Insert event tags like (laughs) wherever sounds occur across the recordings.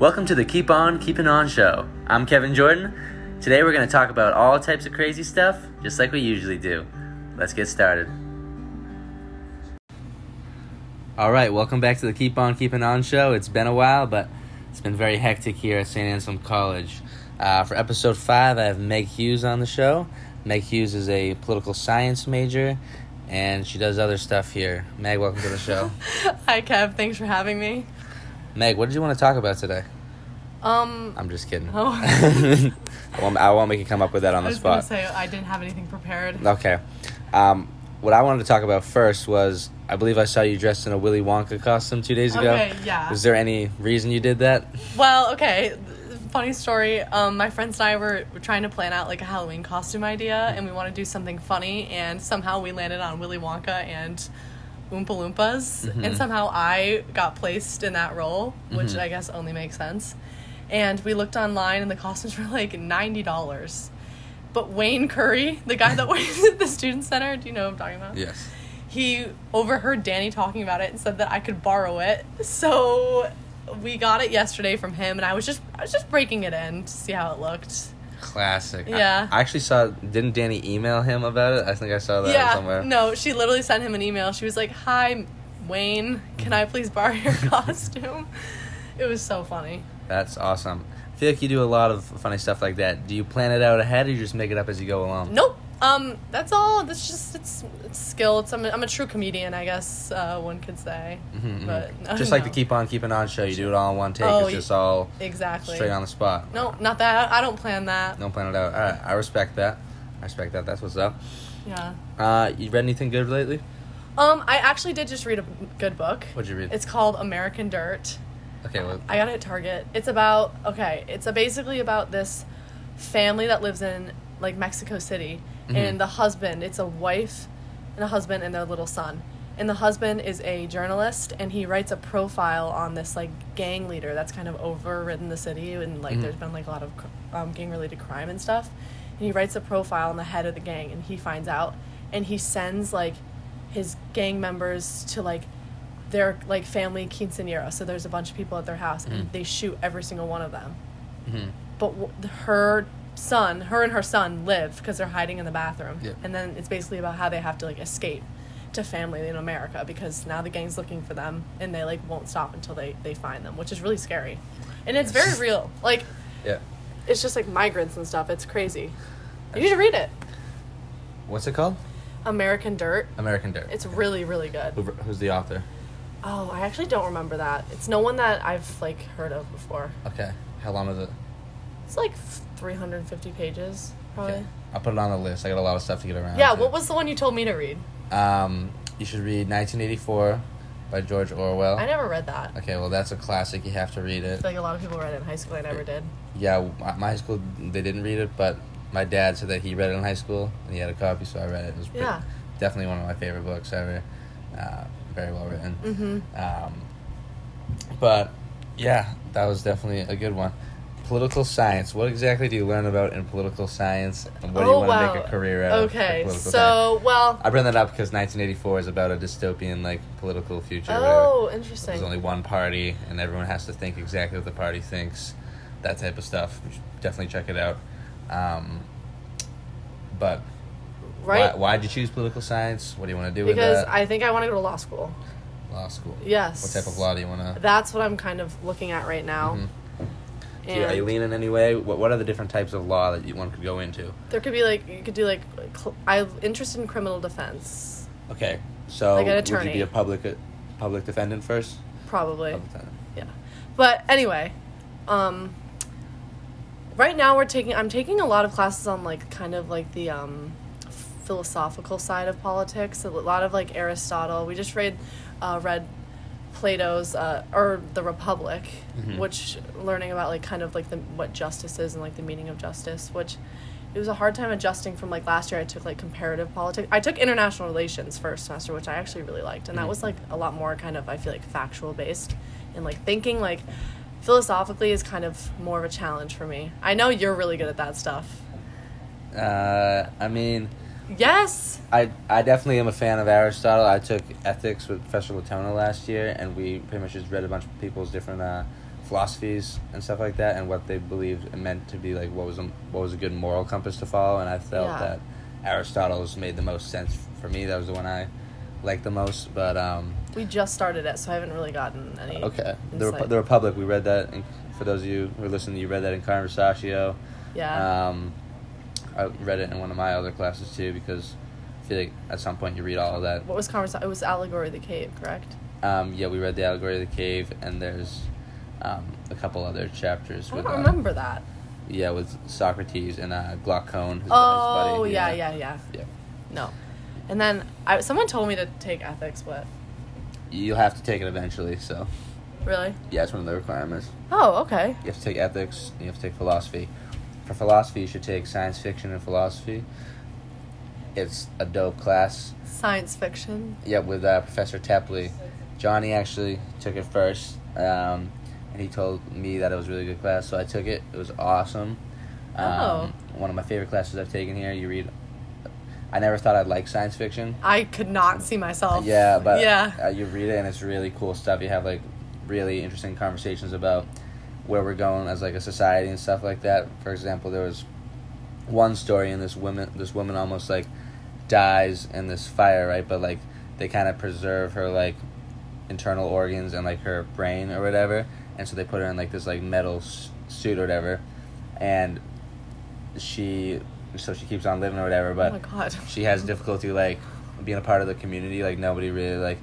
Welcome to the Keep On Keeping On show. I'm Kevin Jordan. Today we're going to talk about all types of crazy stuff, just like we usually do. Let's get started. All right, welcome back to the Keep On Keeping On show. It's been a while, but it's been very hectic here at St. Anselm College. Uh, for episode five, I have Meg Hughes on the show. Meg Hughes is a political science major, and she does other stuff here. Meg, welcome to the show. (laughs) Hi, Kev. Thanks for having me. Meg, what did you want to talk about today? Um, I'm just kidding. Oh. (laughs) I, won't, I won't make you come up with that on the I was gonna spot. say I didn't have anything prepared. Okay. Um, what I wanted to talk about first was I believe I saw you dressed in a Willy Wonka costume two days ago. Okay, yeah. Is there any reason you did that? Well, okay. th- Funny story. Um, my friends and I were, were trying to plan out like a Halloween costume idea, and we want to do something funny, and somehow we landed on Willy Wonka and Oompa Loompas, and somehow I got placed in that role, which I guess only makes sense. And we looked online, and the costumes (laughs) were like ninety dollars. But Wayne Curry, the guy that (laughs) works at the student center, do you know who I'm talking about? Yes. he overheard Danny talking about it and said that I could borrow it. So we got it yesterday from him, and I was just I was just breaking it in to see how it looked. Classic. I- Yeah. I, actually saw. Didn't Danny email him about it? I think I saw Oh, that yeah, somewhere. no, she literally sent him an email. She was like, "Hi, Wayne, can I please (laughs) borrow your costume?" It was so funny. That's awesome. I feel like you do a lot of funny stuff like that. Do you plan it out ahead, or you just make it up as you go along? Nope. Um, that's all. That's just it's, it's skill. It's I'm a, I'm a true comedian, I guess uh, one could say. Mhm, mhm. But (laughs) no, just like the no. keep on keeping on show, you do it all in one take. Oh, it's y- just all exactly. straight on the spot. No, not that. I don't plan that. No plan it out. All right, I respect that. I respect that. That's what's up. Yeah. Uh, you read anything good lately? Um, I actually did just read a good book. What'd you read? It's called American Dirt. okay. Well, I got it at Target. It's about okay. It's uh basically about this family that lives in like Mexico City, and the husband. It's a wife and a husband and their little son. And the husband is a journalist, and he writes a profile on this like gang leader that's kind of overridden the city, and like there's been like a lot of cr- um, gang related crime and stuff. And he writes a profile on the head of the gang, and he finds out, and he sends like his gang members to like their like family quinceanera. So there's a bunch of people at their house, and they shoot every single one of them. mm-hmm. But w- her son, her and her son live because they're hiding in the bathroom, Yeah. and then it's basically about how they have to like escape to family in America because now the gang's looking for them, and they like won't stop until they they find them, which is really scary, and it's very real. Like yeah. it's just like migrants and stuff. It's crazy. You should read it. What's it called? American Dirt. American Dirt. It's really really good. Who, who's the author? Oh, I actually don't remember that. It's no one that I've like heard of before. Okay. How long is it? It's like 350 pages, probably. Okay. I'll put it on the list. I got a lot of stuff to get around. Yeah, to. what was the one you told me to read? Um, you should read 1984 by George Orwell. I never read that. I Okay, well that's a classic. You have to read it. feel like a lot of people read it in high school. I never did. Yeah, my, my high school they didn't read it, but my dad said that he read it in high school and he had a copy, so I read it. It was pretty, Yeah. definitely one of my favorite books ever. Uh, very well written. Mm-hmm. Mm. Um, but yeah, that was definitely a good one. Political science. What exactly do you learn about in political science, and what do you want to make a career out of? for Oh, Okay, political science? so well. I bring that up because 1984 is about a dystopian like political future. where Oh, there's interesting. only one party, and everyone has to think exactly what the party thinks. That type of stuff. You should definitely check it out. Um, but right? why, why'd you choose political science? What do you want to do because with that? I think I want to go to law school. law school. Yes. What type of law do you Mm-hmm. want to? That's what I'm kind of looking at right now. And Are you leaning any way? What, what are the different types of law that you, one could go into? there could be like you could do like cl- I'm interested in criminal defense, Okay, so Like an would you attorney. be a public public defendant first? probably. Public defendant. Yeah. But anyway, um right now we're taking I'm taking a lot of classes on like kind of like the um philosophical side of politics, a lot of like Aristotle. We just read uh read Plato's uh or the Republic, which learning about like kind of like the what justice is and like the meaning of justice, which it was a hard time adjusting from like last year. I took like comparative politics. I took international relations first semester, which I actually really liked, and Mm. that was like a lot more kind of I feel like factual based and like thinking like philosophically is kind of more of a challenge for me. I know you're really good at that stuff. Uh, I mean, Yes. I, I definitely am a fan of Aristotle. I took ethics with Professor Latona last year, and we pretty much just read a bunch of people's different uh, philosophies and stuff like that, and what they believed and meant to be like what was a, what was a good moral compass to follow. And I felt Yeah. that Aristotle's made the most sense f- for me. That was the one I liked the most. But um, We just started it, so I haven't really gotten any. okay, the, Rep- insight. the Republic. We read that. In, for those of you who are listening, you read that in Conversatio. Yeah. Um, I read it in one of my other classes too because I feel like at some point you read all of that. what was conversation? It was allegory of the cave, correct? Um, yeah, we read the allegory of the cave, and there's um, a couple other chapters. I with, don't uh, remember that. Yeah, with Socrates and uh, Glaucon. His, Oh his buddy, yeah, yeah, yeah. yeah. No. And then I, someone told me to take ethics, but You'll have to take it eventually. So really? yeah, it's one of the requirements. Oh, okay. You have to take ethics. And you have to take philosophy. For philosophy, you should take science fiction and philosophy. It's a dope class. Science fiction. Yeah, with uh, Professor Tepley. Johnny actually took it first, um, and he told me that it was a really good class, so I took it. It was awesome. Um, Oh. One of my favorite classes I've taken here. You read. I never thought I'd like science fiction. I could not see myself. Yeah, but yeah, uh, you read it and it's really cool stuff. You have like really interesting conversations about where we're going as like a society and stuff like that. For example, there was one story and this woman this woman almost like dies in this fire, right? But like they kind of preserve her like internal organs and like her brain or whatever, and so they put her in like this like metal s- suit or whatever, and she so she keeps on living or whatever, but oh my god. (laughs) she has difficulty like being a part of the community like nobody really like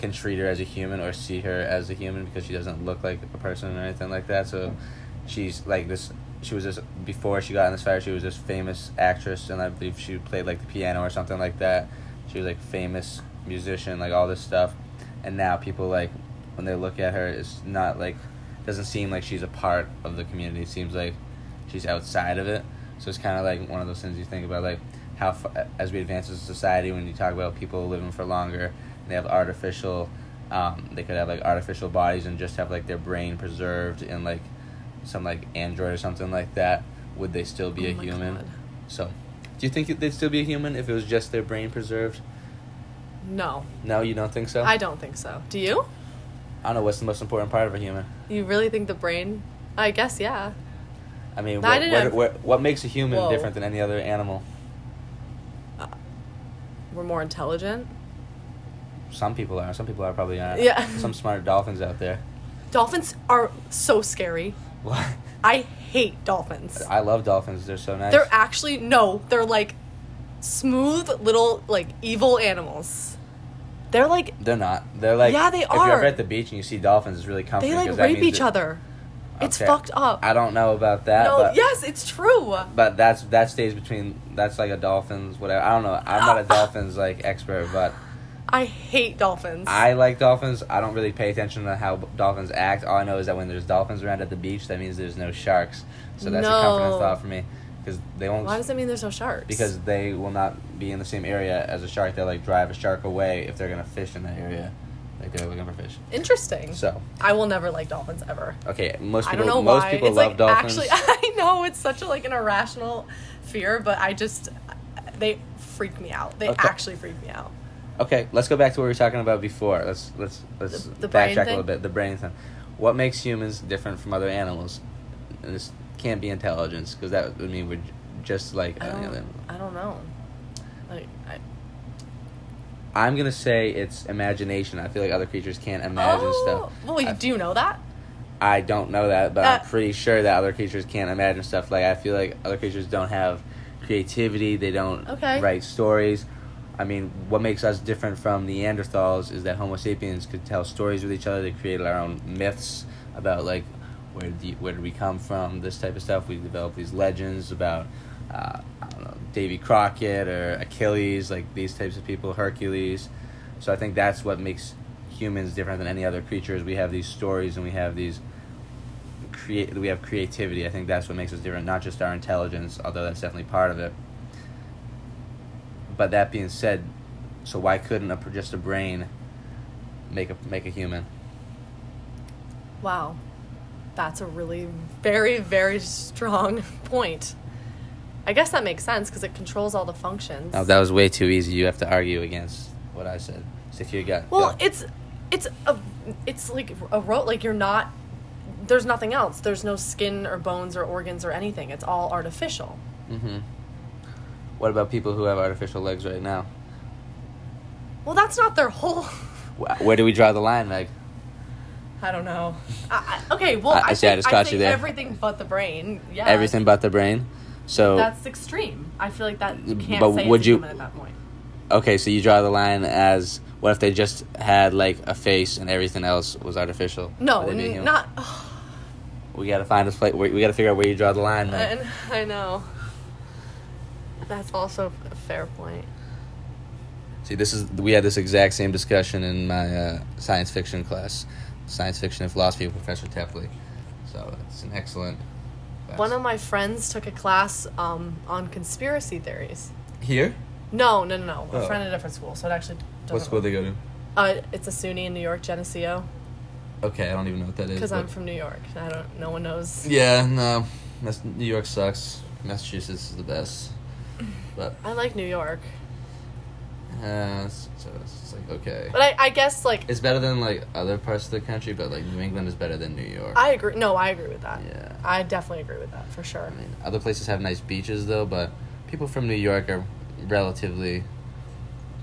can treat her as a human or see her as a human because she doesn't look like a person or anything like that so she's like this she was this before she got in this fire she was this famous actress and i believe she played like the piano or something like that she was like famous musician like all this stuff and now people like when they look at her it's not like doesn't seem like she's a part of the community it seems like she's outside of it so it's kind of like one of those things you think about like how fa- as we advance as a society when you talk about people living for longer and they have artificial um, they could have like artificial bodies and just have like their brain preserved in like some like android or something like that would they still be Oh a my human God. so do you think they'd still be a human if it was just their brain preserved No, no you don't think so I don't think so. Do you? I don't know what's the most important part of a human You really think the brain? I guess yeah. I mean, No, I what, didn't what, have- what, what makes a human Whoa. different than any other animal? We're more intelligent. Some people are. Some people are probably aren't. Yeah. (laughs) Some smart dolphins out there. Dolphins are so scary. What? (laughs) I hate dolphins. I love dolphins. They're so nice. They're actually no, they're like smooth little like evil animals. They're like They're not. They're like. Yeah, they if If you're ever are. at the beach and you see dolphins, it's really comforting. they 'cause like that rape means each that- other. It's Okay. fucked up. I don't know about that. no, but, yes, it's true. But that's that stays between. That's like a dolphins. Whatever. I don't know. I'm (laughs) not a dolphins like expert, but I hate dolphins. I like dolphins. I don't really pay attention to how dolphins act. All I know is that when there's dolphins around at the beach, that means there's no sharks. So that's a confidence No. thought for me because they won't. Why does that mean there's no sharks? because they will not be in the same area as a shark. They like drive a shark away if they're gonna fish in that area, like they're looking for fish. interesting. So I will never like dolphins ever. okay, most Mm. I people don't know most why. people it's love like dolphins. actually (laughs) I know it's such a like an irrational fear, but I just they freak me out. They Okay. actually freak me out. okay, let's go back to what we were talking about before. Let's let's let's The- the brain backtrack a thing? little bit. The brain thing. What makes humans different from other animals? And this can't be intelligence because that would mean we're j- just like I any other don't, animal. Um, I don't know. Like I, I'm gonna say it's imagination. I feel like other creatures can't imagine oh, stuff. Well, you I- do know that. I don't know that, but Uh, I'm pretty sure that other creatures can't imagine stuff. Like I feel like other creatures don't have creativity. They don't Okay. write stories. I mean, what makes us different from Neanderthals is that Homo sapiens could tell stories with each other. They created our own myths about like where the, where did we come from, this type of stuff. We developed these legends about uh, I don't know Davy Crockett or Achilles, like these types of people, Hercules. So I think that's what makes humans different than any other creatures. We have these stories and we have these create we have creativity. I think that's what makes us different, not just our intelligence, although that's definitely part of it. But that being said, so why couldn't a, just a brain make a make a human? Wow. That's a really very, very strong (laughs) point. I guess that makes sense because it controls all the functions. Oh, that was way too easy. You have to argue against what I said. Stick to your gut. well, Go. it's it's a it's like a road like you're not there's nothing else. There's no skin or bones or organs or anything. It's all artificial. hmm What about people who have artificial legs right now? Well, that's not their whole. (laughs) Wh- Where do we draw the line, Meg? I don't know. I, I- okay, well, I- I, I see, I think- just caught you think there. Everything but the brain. Yeah. Everything but the brain. So That's extreme. I feel like that you can't But say would it's you- human at that point. okay, so you draw the line as what if they just had like a face and everything else was artificial? No, Would they be n- human? not. oh, We gotta find a place. We, we gotta figure out where you draw the line, Meg. I, I know. That's also a fair point. See, this is we had this exact same discussion in my uh, science fiction class, science fiction and philosophy with Professor Tepley. So it's an excellent. Class. One of my friends took a class um, on conspiracy theories. here. No, no, no, no. A Oh. friend at a different school, so it actually doesn't. What school they go to? Uh, it's a SUNY in New York, Geneseo, Okay, I don't even know what that is. because I'm but- from New York. and I don't. No one knows. Yeah, no, Mas- New York sucks. Massachusetts is the best, but I like New York, uh, so it's it's like okay, but I, I guess like it's better than like other parts of the country, but like New England is better than New York. I agree. No, I agree with that. yeah. I definitely agree with that for sure. I mean, other places have nice beaches though, but people from New York are relatively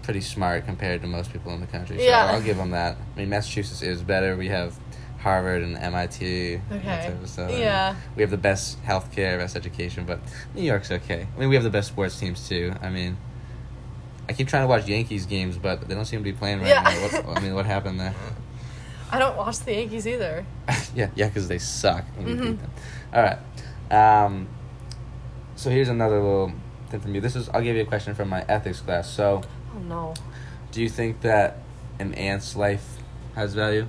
pretty smart compared to most people in the country. So Yeah. I'll give them that. I mean, Massachusetts is better. We have Harvard and MIT. and that Okay. type of stuff. And Yeah. We have the best healthcare, best education, but New York's okay. I mean, we have the best sports teams too. I mean, I keep trying to watch Yankees games, but they don't seem to be playing right Yeah. now. What, I mean, what happened there? (laughs) I don't watch the Yankees either. (laughs) yeah, yeah, because they suck. when you beat Mhm. them. All right. Um, so here's another little thing from you. This is I'll give you a question from my ethics class. So, Oh no. do you think that an ant's life has value?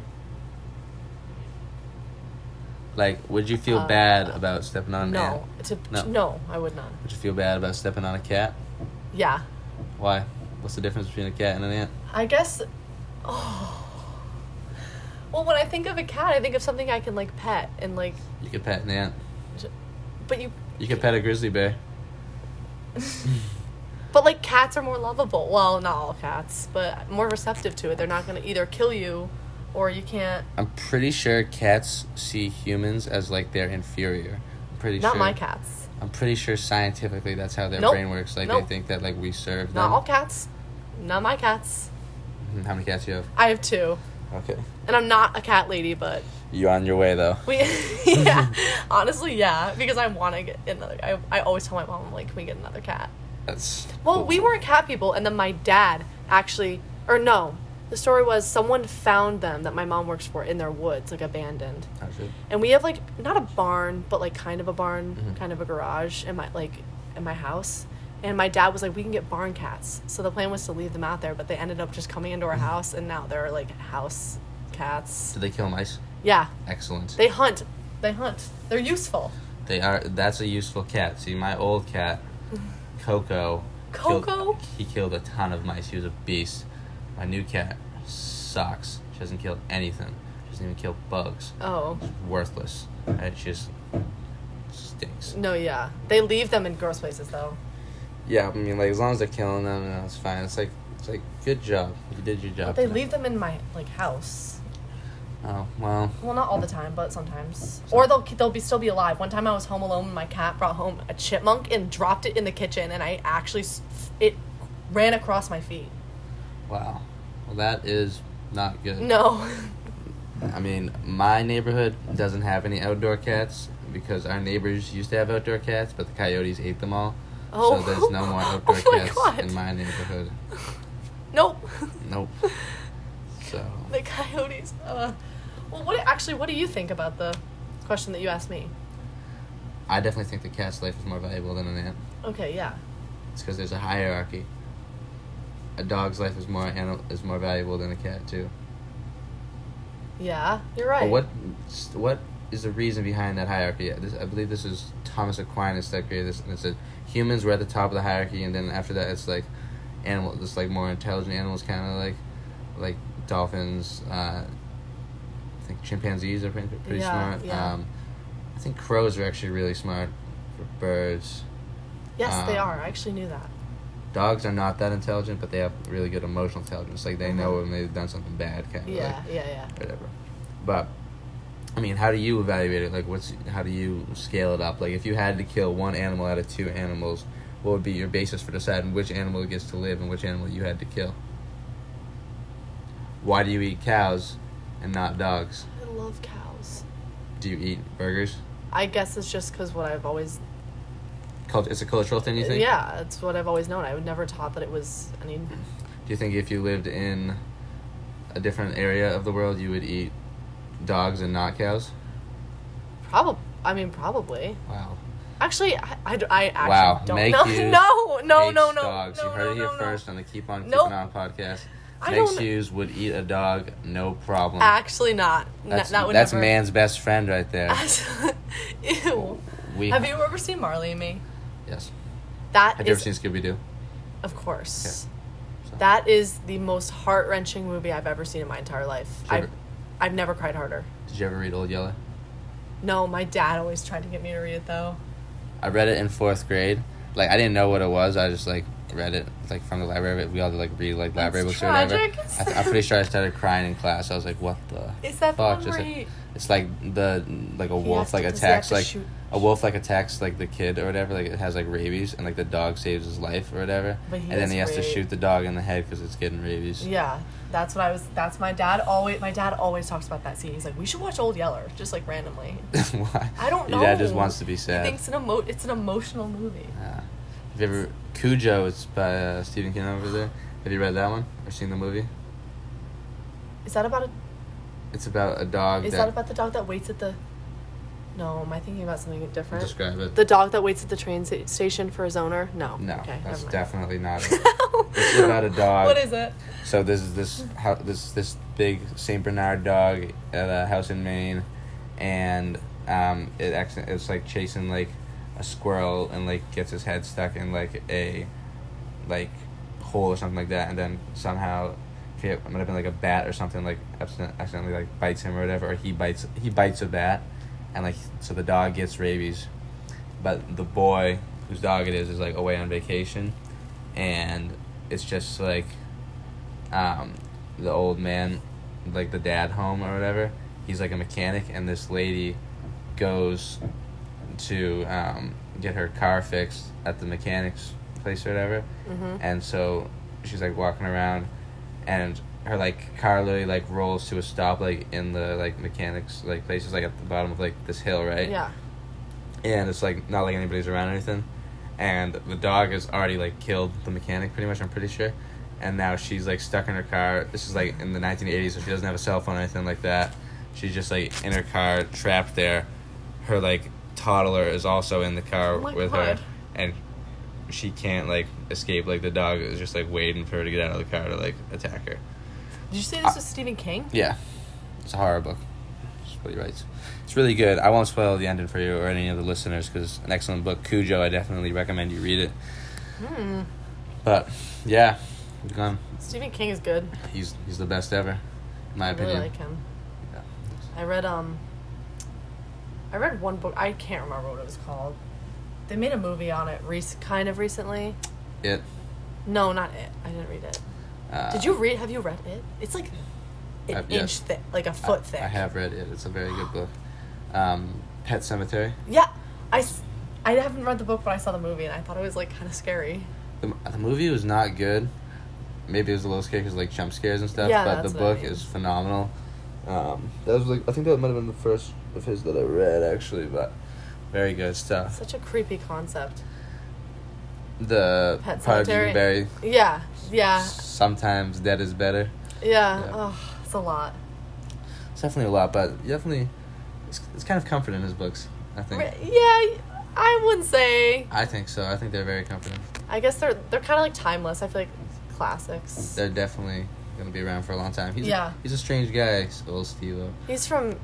Like, would you feel Uh, bad about stepping on an ant? No. To, Oh, No. no. I would not. Would you feel bad about stepping on a cat? Yeah. Why? What's the difference between a cat and an ant? I guess. Oh. Well, when I think of a cat, I think of something I can like pet and like. You could pet an ant. j- But you. You could pet a grizzly bear. But like cats are more lovable. Well, not all cats, but more receptive to it. They're not gonna either kill you, or you can't. I'm pretty sure cats see humans as like their inferior. I'm pretty not sure. my cats. I'm pretty sure scientifically that's how their Nope. brain works. Like Nope. they think that like we serve Not them. all cats. Not my cats. Mhm, How many cats do you have? I have two, Okay. and I'm not a cat lady, but You're on your way though. we. (laughs) (laughs) yeah. Honestly, yeah, because I want to get another. I I always tell my mom I'm like, can we get another cat? That's Well, cool. we weren't cat people, and then my dad actually, or no, the story was someone found them that my mom works for in their woods, like abandoned. Oh, shit. And we have like not a barn, but like kind of a barn, Mhm. kind of a garage in my like in my house. And my dad was like, "We can get barn cats." So the plan was to leave them out there, but they ended up just coming into our house, and now they're like house cats. Mm-hmm. Did they kill mice? Yeah, Excellent. they hunt. They hunt. They're useful. They are. That's a useful cat. See, my old (laughs) cat, Coco. killed- Coco? he killed a ton of mice. He was a beast. My new cat sucks. She doesn't kill anything. She doesn't even kill bugs. Oh Worthless. It just stinks. no, yeah, they leave them in gross places though. Yeah, I mean, like as long as they're killing them, you know, it's fine. It's like, it's like, good job, you did your job. But they today. leave them in my like house. Oh well, Well, not all the time, but sometimes. Or they'll they'll be still be alive. One time I was home alone and my cat brought home a chipmunk and dropped it in the kitchen, and I actually s- it ran across my feet. wow. Well, that is not good. No, (laughs) I mean, my neighborhood doesn't have any outdoor cats because our neighbors used to have outdoor cats, but the coyotes ate them all. Oh. So there's no more outdoor (laughs) Oh my cats God. in my neighborhood. nope. Nope. So (laughs) The coyotes. Uh, well, what actually? What do you think about the question that you asked me? I definitely think the cat's life is more valuable than an ant. Okay, yeah, It's because there's a hierarchy. A dog's life is more animal is more valuable than a cat too. yeah, you're right. But what what is the reason behind that hierarchy? This, I believe this is Thomas Aquinas that created this, and it said humans were at the top of the hierarchy, and then after that, it's like animal, this like more intelligent animals, kind of like like dolphins. Uh, I think chimpanzees are pretty, pretty Yeah, smart. yeah. Um, I think crows are actually really smart. For birds, Yes, they um, are. I actually knew that. dogs are not that intelligent, but they have really good emotional Uh-huh. intelligence. Like they know when they've done something bad, kind of. Yeah, yeah, yeah. whatever. But I mean, how do you evaluate it? Like, what's how do you scale it up? Like, if you had to kill one animal out of two animals, what would be your basis for deciding which animal gets to live and which animal you had to kill? Why do you eat cows and not dogs? I love cows. Do you eat burgers? I guess it's just because what I've always Cult- it's a cultural thing, you think? Uh, Yeah, it's what I've always known. I would never thought that it was. I mean, Do you think if you lived in a different area of the world, you would eat dogs and not cows? probably. I mean, probably. Wow. Actually, I, I, d- I actually Wow, don't make know. (laughs) you No, no, no, no, hates dogs. no, you heard no, it here no, no. first on the Keep On Keeping Nope. On podcast. I Meg don't- Hughes would eat a dog, no problem. Actually, not. N- that's that would that's never. (laughs) man's best friend right there. Actually- Ew. We Have you ever seen Marley and Me? Yes. That Have you is- ever seen Scooby Doo? of course. So- That is the most heart wrenching movie I've ever seen in my entire life. Did you I've, ever- I've never cried harder. Did you ever read Old Yeller? No, my dad always tried to get me to read it though. I read it in fourth grade. Like I didn't know what it was. I just like read it like from the library. but We all like read like library That's books or whatever. tragic. I th- I'm pretty sure I started crying in class. I was like, "What the?" Is that the Fuck, one just where like- he- It's like the like a He wolf has to- like does he have attacks to like shoot- a wolf like attacks like the kid or whatever. Like it has like rabies and like the dog saves his life or whatever. But he and then is he has to ra- shoot the dog in the head because it's getting rabies. Yeah, that's what I was. That's my dad always. My dad always talks about that scene. He's like, we should watch Old Yeller, just like randomly. (laughs) Why? I don't Your dad know. just wants to be (laughs) He sad. thinks an emo- It's an emotional movie. Yeah. Have you ever Cujo? It's by uh, Stephen King over there. Have you read that one or seen the movie? Is that about a? It's about a dog. Is that about the dog that waits at the? No, am I thinking about something different? Describe it. The dog that waits at the train sta- station for his owner. No. No, Okay, that's never mind. definitely not. (laughs) It. It's about a dog. What is it? so this is this how this this big Saint Bernard dog at a house in Maine, and um, it accident it's like chasing like a squirrel and like gets his head stuck in like a like hole or something like that, and then somehow. I forget, It might have been like a bat or something like accident- accidentally like bites him or whatever, or he bites he bites a bat, and like so the dog gets rabies, but the boy whose dog it is is like away on vacation, and it's just like um, the old man, like the dad home or whatever. He's like a mechanic, and this lady goes to um, get her car fixed at the mechanic's place or whatever. Mhm. And so she's like walking around, and her like car literally like rolls to a stop like in the like mechanic's like places like at the bottom of like this hill, right? Yeah. and it's like not like anybody's around or anything. And the dog has already like killed the mechanic pretty much, I'm pretty sure. And now she's like stuck in her car. This is like in the 1980s, so she doesn't have a cell phone or anything like that. She's just like in her car, trapped there. Her like toddler is also in the car Oh my with God. her, and she can't like escape. Like the dog is just like waiting for her to get out of the car to like attack her. Did you say this was Stephen King? Yeah, it's a horror book. That's what he writes. It's really good. I won't spoil the ending for you or any of the listeners because an excellent book, Cujo. I definitely recommend you read it. Hmm. But yeah, we've gone. Stephen King is good. He's he's the best ever, in my I opinion. really like him. Yeah. I read um I read one book I can't remember what it was called. They made a movie on it rec- kind of recently. It. No, not it. I didn't read it. Uh, Did you read have you read it? It's like an I've- inch yes. thick, like a I- foot thick. I have read it. It's a very good book. Um, Pet Cemetery. Yeah. I s- I haven't read the book but I saw the movie and I thought it was like kind of scary. The, the movie was not good. Maybe it was a little scary because like jump scares and stuff. Yeah, but the that's what I book mean. is phenomenal. Um, that was like I think that might have been the first of his that I read actually, but very good stuff. Such a creepy concept. The Pet Pride of Sematary. Berry. Yeah. Yeah. Sometimes dead is better. Yeah. Yeah. Oh, it's a lot. It's definitely a lot, but definitely, it's, it's kind of comforting his books. I think. Re- Yeah, I wouldn't say. I think so. I think they're very comforting. I guess they're they're kind of like timeless. I feel like classics. They're definitely gonna be around for a long time. He's Yeah. A, he's a strange guy, old Steve. He's from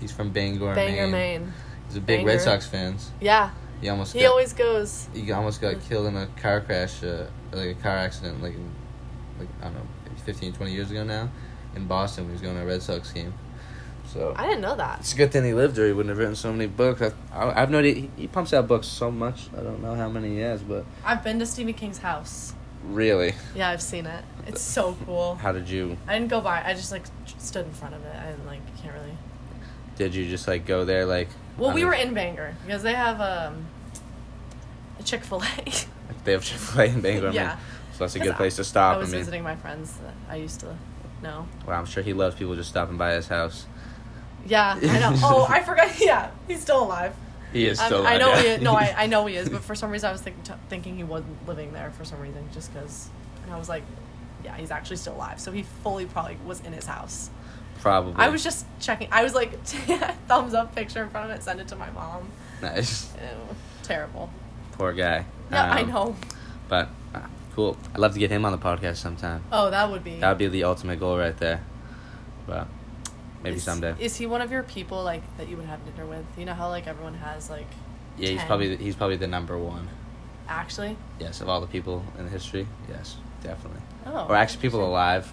He's from Bangor, Bangor, Maine. Maine. He's a big Red Bangor. Sox fans. Yeah, He almost he got, always goes. he almost got killed in a car crash, uh, like a car accident, like in- like I don't know, maybe 15, 20 years ago now, in Boston when he was going to a Red Sox game. So I didn't know that. it's a good thing he lived, or he wouldn't have written so many books. I, I, I've known he, he pumps out books so much. I don't know how many he has, but I've been to Stephen King's house. really, Yeah, I've seen it. It's so cool. how did you? I didn't go by. I just like j- stood in front of it. I didn't like. Can't really. Did you just like go there like? Well, on we a- were in Bangor because they have um, a Chick Fil A. They have (laughs) Chick Fil A in Bangor. I mean, Yeah. so (laughs) that's a 'Cause good place to I stop. I, was mean, visiting my friends that I used to know. wow, I'm sure he loves people just stopping by his house. Yeah, I (laughs) know. oh, I forgot. (laughs) Yeah, he's still alive. He is Um, still. I alive, know yeah. he is. (laughs) No, I, I know he is, but for some reason I was think, t- thinking he wasn't living there for some reason, just because. And I was like, yeah, he's actually still alive. So he fully probably was in his house. Probably. I was just checking. I was like, (laughs) thumbs up picture in front of it, send it to my mom. nice. Ew, terrible. Poor guy. Yeah, I Um, know. But uh, cool. I'd love to get him on the podcast sometime. Oh, that would be. That would be the ultimate goal right there. But maybe is, someday. Is he one of your people like that you would have dinner with? You know how like everyone has like. yeah, he's 10? probably he's probably the number one. Actually. Yes, of all the people in history. Yes, definitely. Oh. or actually, people interesting.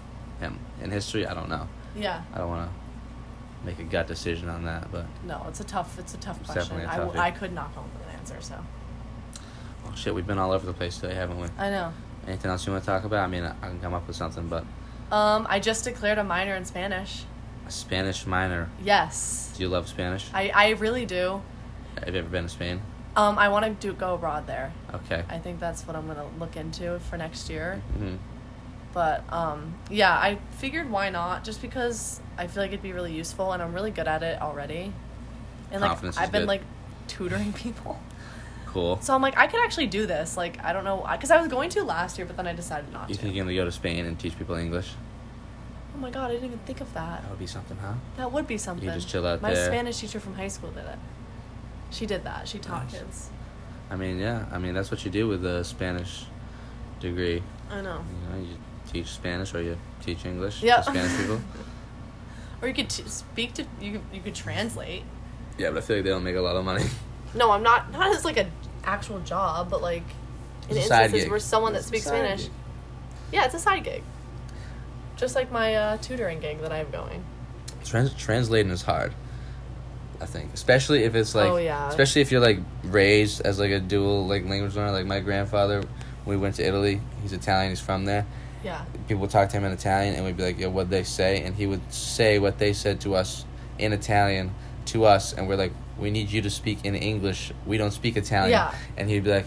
alive, him in history. I don't know. Yeah. I don't want to make a gut decision on that, but No, it's a tough. It's a tough It's question. definitely a I w- toughie. I could not come up with an answer. So. oh shit, we've been all over the place today, haven't we? I know. Anything else you want to talk about? I mean, I I can come up with something, but Um, I just declared a minor in Spanish. a Spanish minor. Yes, Do you love Spanish? I, I really do. Have you ever been to Spain? Um, I want to do go abroad there. Okay. I think that's what I'm gonna look into for next year. hmm But um, yeah, I figured why not? Just because I feel like it'd be really useful, and I'm really good at it already. And like Confidence is I've been good. like tutoring (laughs) people, Cool. so I'm like I could actually do this. Like I don't know, because I was going to last year, but then I decided not You to. think you're gonna go to Spain and teach people English? oh my god, I didn't even think of that. That would be something, huh? That would be something. just chill out My there. Spanish teacher from high school did it. She did that. She taught Nice. kids. I mean, yeah. I mean, that's what you do with a Spanish degree. I know. You know, you teach Spanish or you teach English Yeah. to Spanish people. (laughs) Or you could t- speak to you. Could, you could translate. Yeah, but I feel like they don't make a lot of money. No, I'm not. Not as like a actual job, but like in It's a side instances gig. where someone that It's a speaks side Spanish. gig. Yeah, it's a side gig. Just like my uh, tutoring gig that I'm going. Trans- translating is hard. I think, especially if it's like, Oh, yeah. especially if you're like raised as like a dual like language learner. Like my grandfather, when we went to Italy. He's Italian. He's from there. Yeah. People would talk to him in Italian, and we'd be like, "Yo, what they say?" And he would say what they said to us in Italian to us, and we're like, "We need you to speak in English. We don't speak Italian." Yeah. And he'd be like,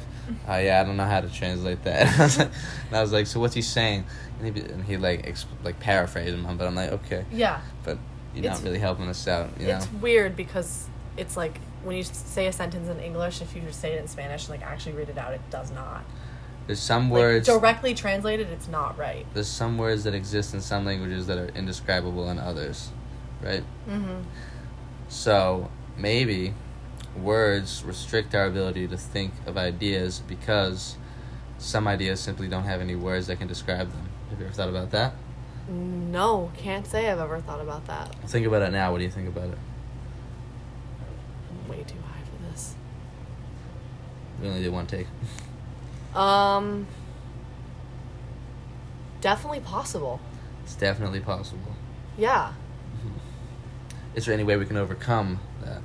"Oh yeah, I don't know how to translate that." (laughs) and I was like, "So what's he saying?" And he'd, be, and he'd like exp- like paraphrase him, but I'm like, "Okay." Yeah. but you're It's- not really helping us out, you know? It's weird because it's like when you s- say a sentence in English, if you say it in Spanish, like actually read it out, it does not. There's some Like, words directly translated, it's not right. there's some words that exist in some languages that are indescribable in others, right? Mm-hmm. So maybe words restrict our ability to think of ideas because some ideas simply don't have any words that can describe them. Have you ever thought about that? Mm-hmm. No, can't say I've ever thought about that. Think about it now. What do you think about it? I'm way too high for this. We only did one take. Um, definitely possible. It's definitely possible. Yeah. Is there any way we can overcome that?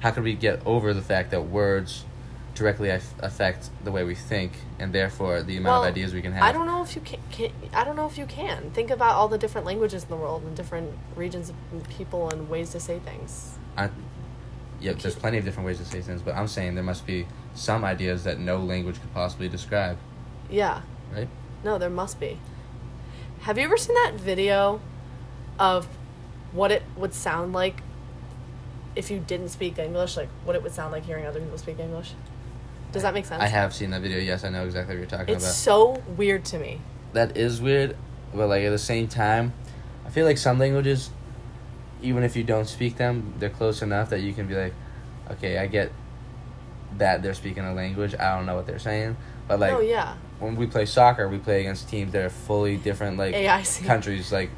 How can we get over the fact that words directly aff- affect the way we think and therefore the amount Well, of ideas we can have? I don't know if you can, can. I don't know if you can think about all the different languages in the world and different regions and people and ways to say things. I, yeah, there's plenty of different ways to say things, but I'm saying there must be some ideas that no language could possibly describe, Yeah. right? No, there must be. Have you ever seen that video of what it would sound like if you didn't speak English? Like what it would sound like hearing other people speak English? Does that make sense? I have seen that video. Yes, I know exactly what you're talking It's about. so weird to me. that is weird, but like at the same time, I feel like some languages, even if you don't speak them, they're close enough that you can be like, okay, I get that they're speaking a language. I don't know what they're saying, but like oh yeah. when we play soccer, we play against teams that are fully different, like AIC. countries. Like,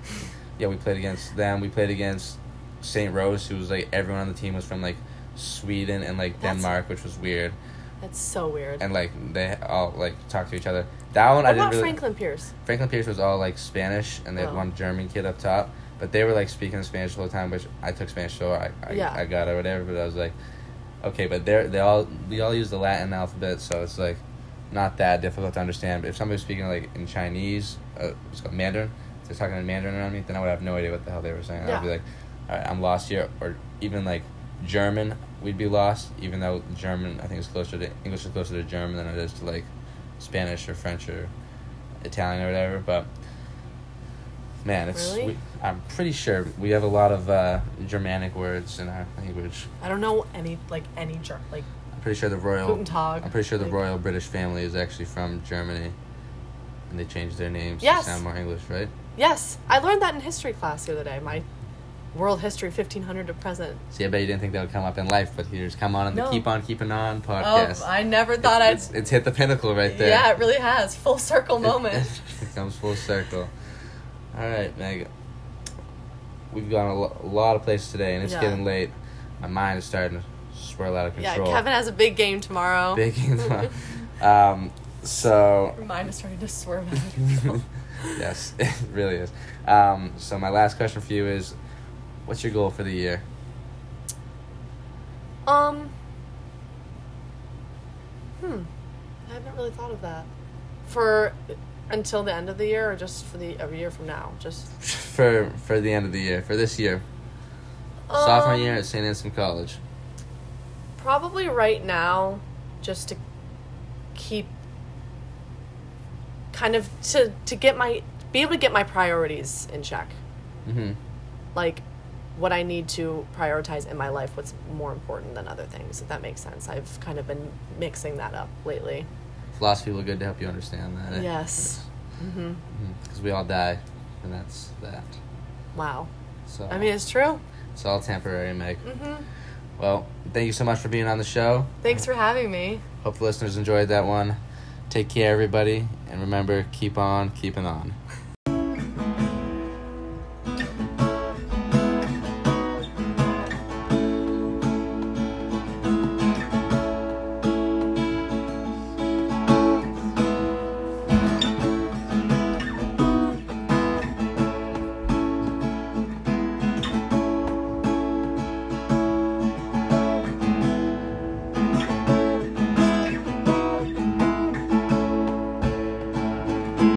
yeah, we played against them. We played against Saint Rose, who was like everyone on the team was from like Sweden and like That's- Denmark, which was weird. That's so weird. And like they all like talked to each other. That one what I didn't about really. Franklin Pierce? Franklin Pierce was all like Spanish, and they had Oh. one German kid up top. But they were like speaking Spanish the whole time, which I took Spanish, so I I, Yeah. I got it or whatever. But I was like, okay, but they're they all we all use the Latin alphabet, so it's like not that difficult to understand. But if somebody was speaking like in Chinese, uh, it's called Mandarin, if they're talking in Mandarin around me, then I would have no idea what the hell they were saying. I'd be Yeah. like, all right, I'm lost here, or even like German, we'd be lost, even though German I think is closer to English is closer to German than it is to like Spanish or French or Italian or whatever. But man, it's Really? we, I'm pretty sure we have a lot of uh, Germanic words in our language. I don't know any like any ger- like I'm pretty sure the royal. Guten Tag. I'm pretty sure the like- royal British family is actually from Germany, and they changed their names Yes. to sound more English, right? Yes, I learned that in history class the other day. My world history 1500 to present. See, I bet you didn't think that would come up in life, but here's come on in the No. Keep On Keeping On podcast. Oh, I never It's- thought I'd. it's, it's hit the pinnacle right there. yeah, it really has full circle moment. (laughs) it comes full circle. All right, Meg. We've gone a, lo- a lot of places today, and it's Yeah. getting late. My mind is starting to swirl out of yeah, control. Kevin has a big game (laughs) tomorw. (laughs) Big um, so (laughs) Mine is starting to swerve. out of control. yes, (laughs) it really is. Um, so my last question for you is, what's your goal for the year? (laughs) Um. Hmm. I haven't really thought of that. For until the end of the year, or just for the every year from now, just For for the end of the year, for this year, sophomore Um, year at St. Anselm College. Probably right now, just to keep kind of to to get my be able to get my priorities in check, Mm-hmm. like what I need to prioritize in my life, what's more important than other things. If that makes sense, I've kind of been mixing that up lately. Philosophy will good to help you understand that. eh? Yes. hmm Because we all die, and that's that. Wow. So I mean, it's true. it's all temporary, Meg. hmm Well, thank you so much for being on the show. Thanks for having me. Hope the listeners enjoyed that one. Take care, everybody, and remember, keep on keeping on.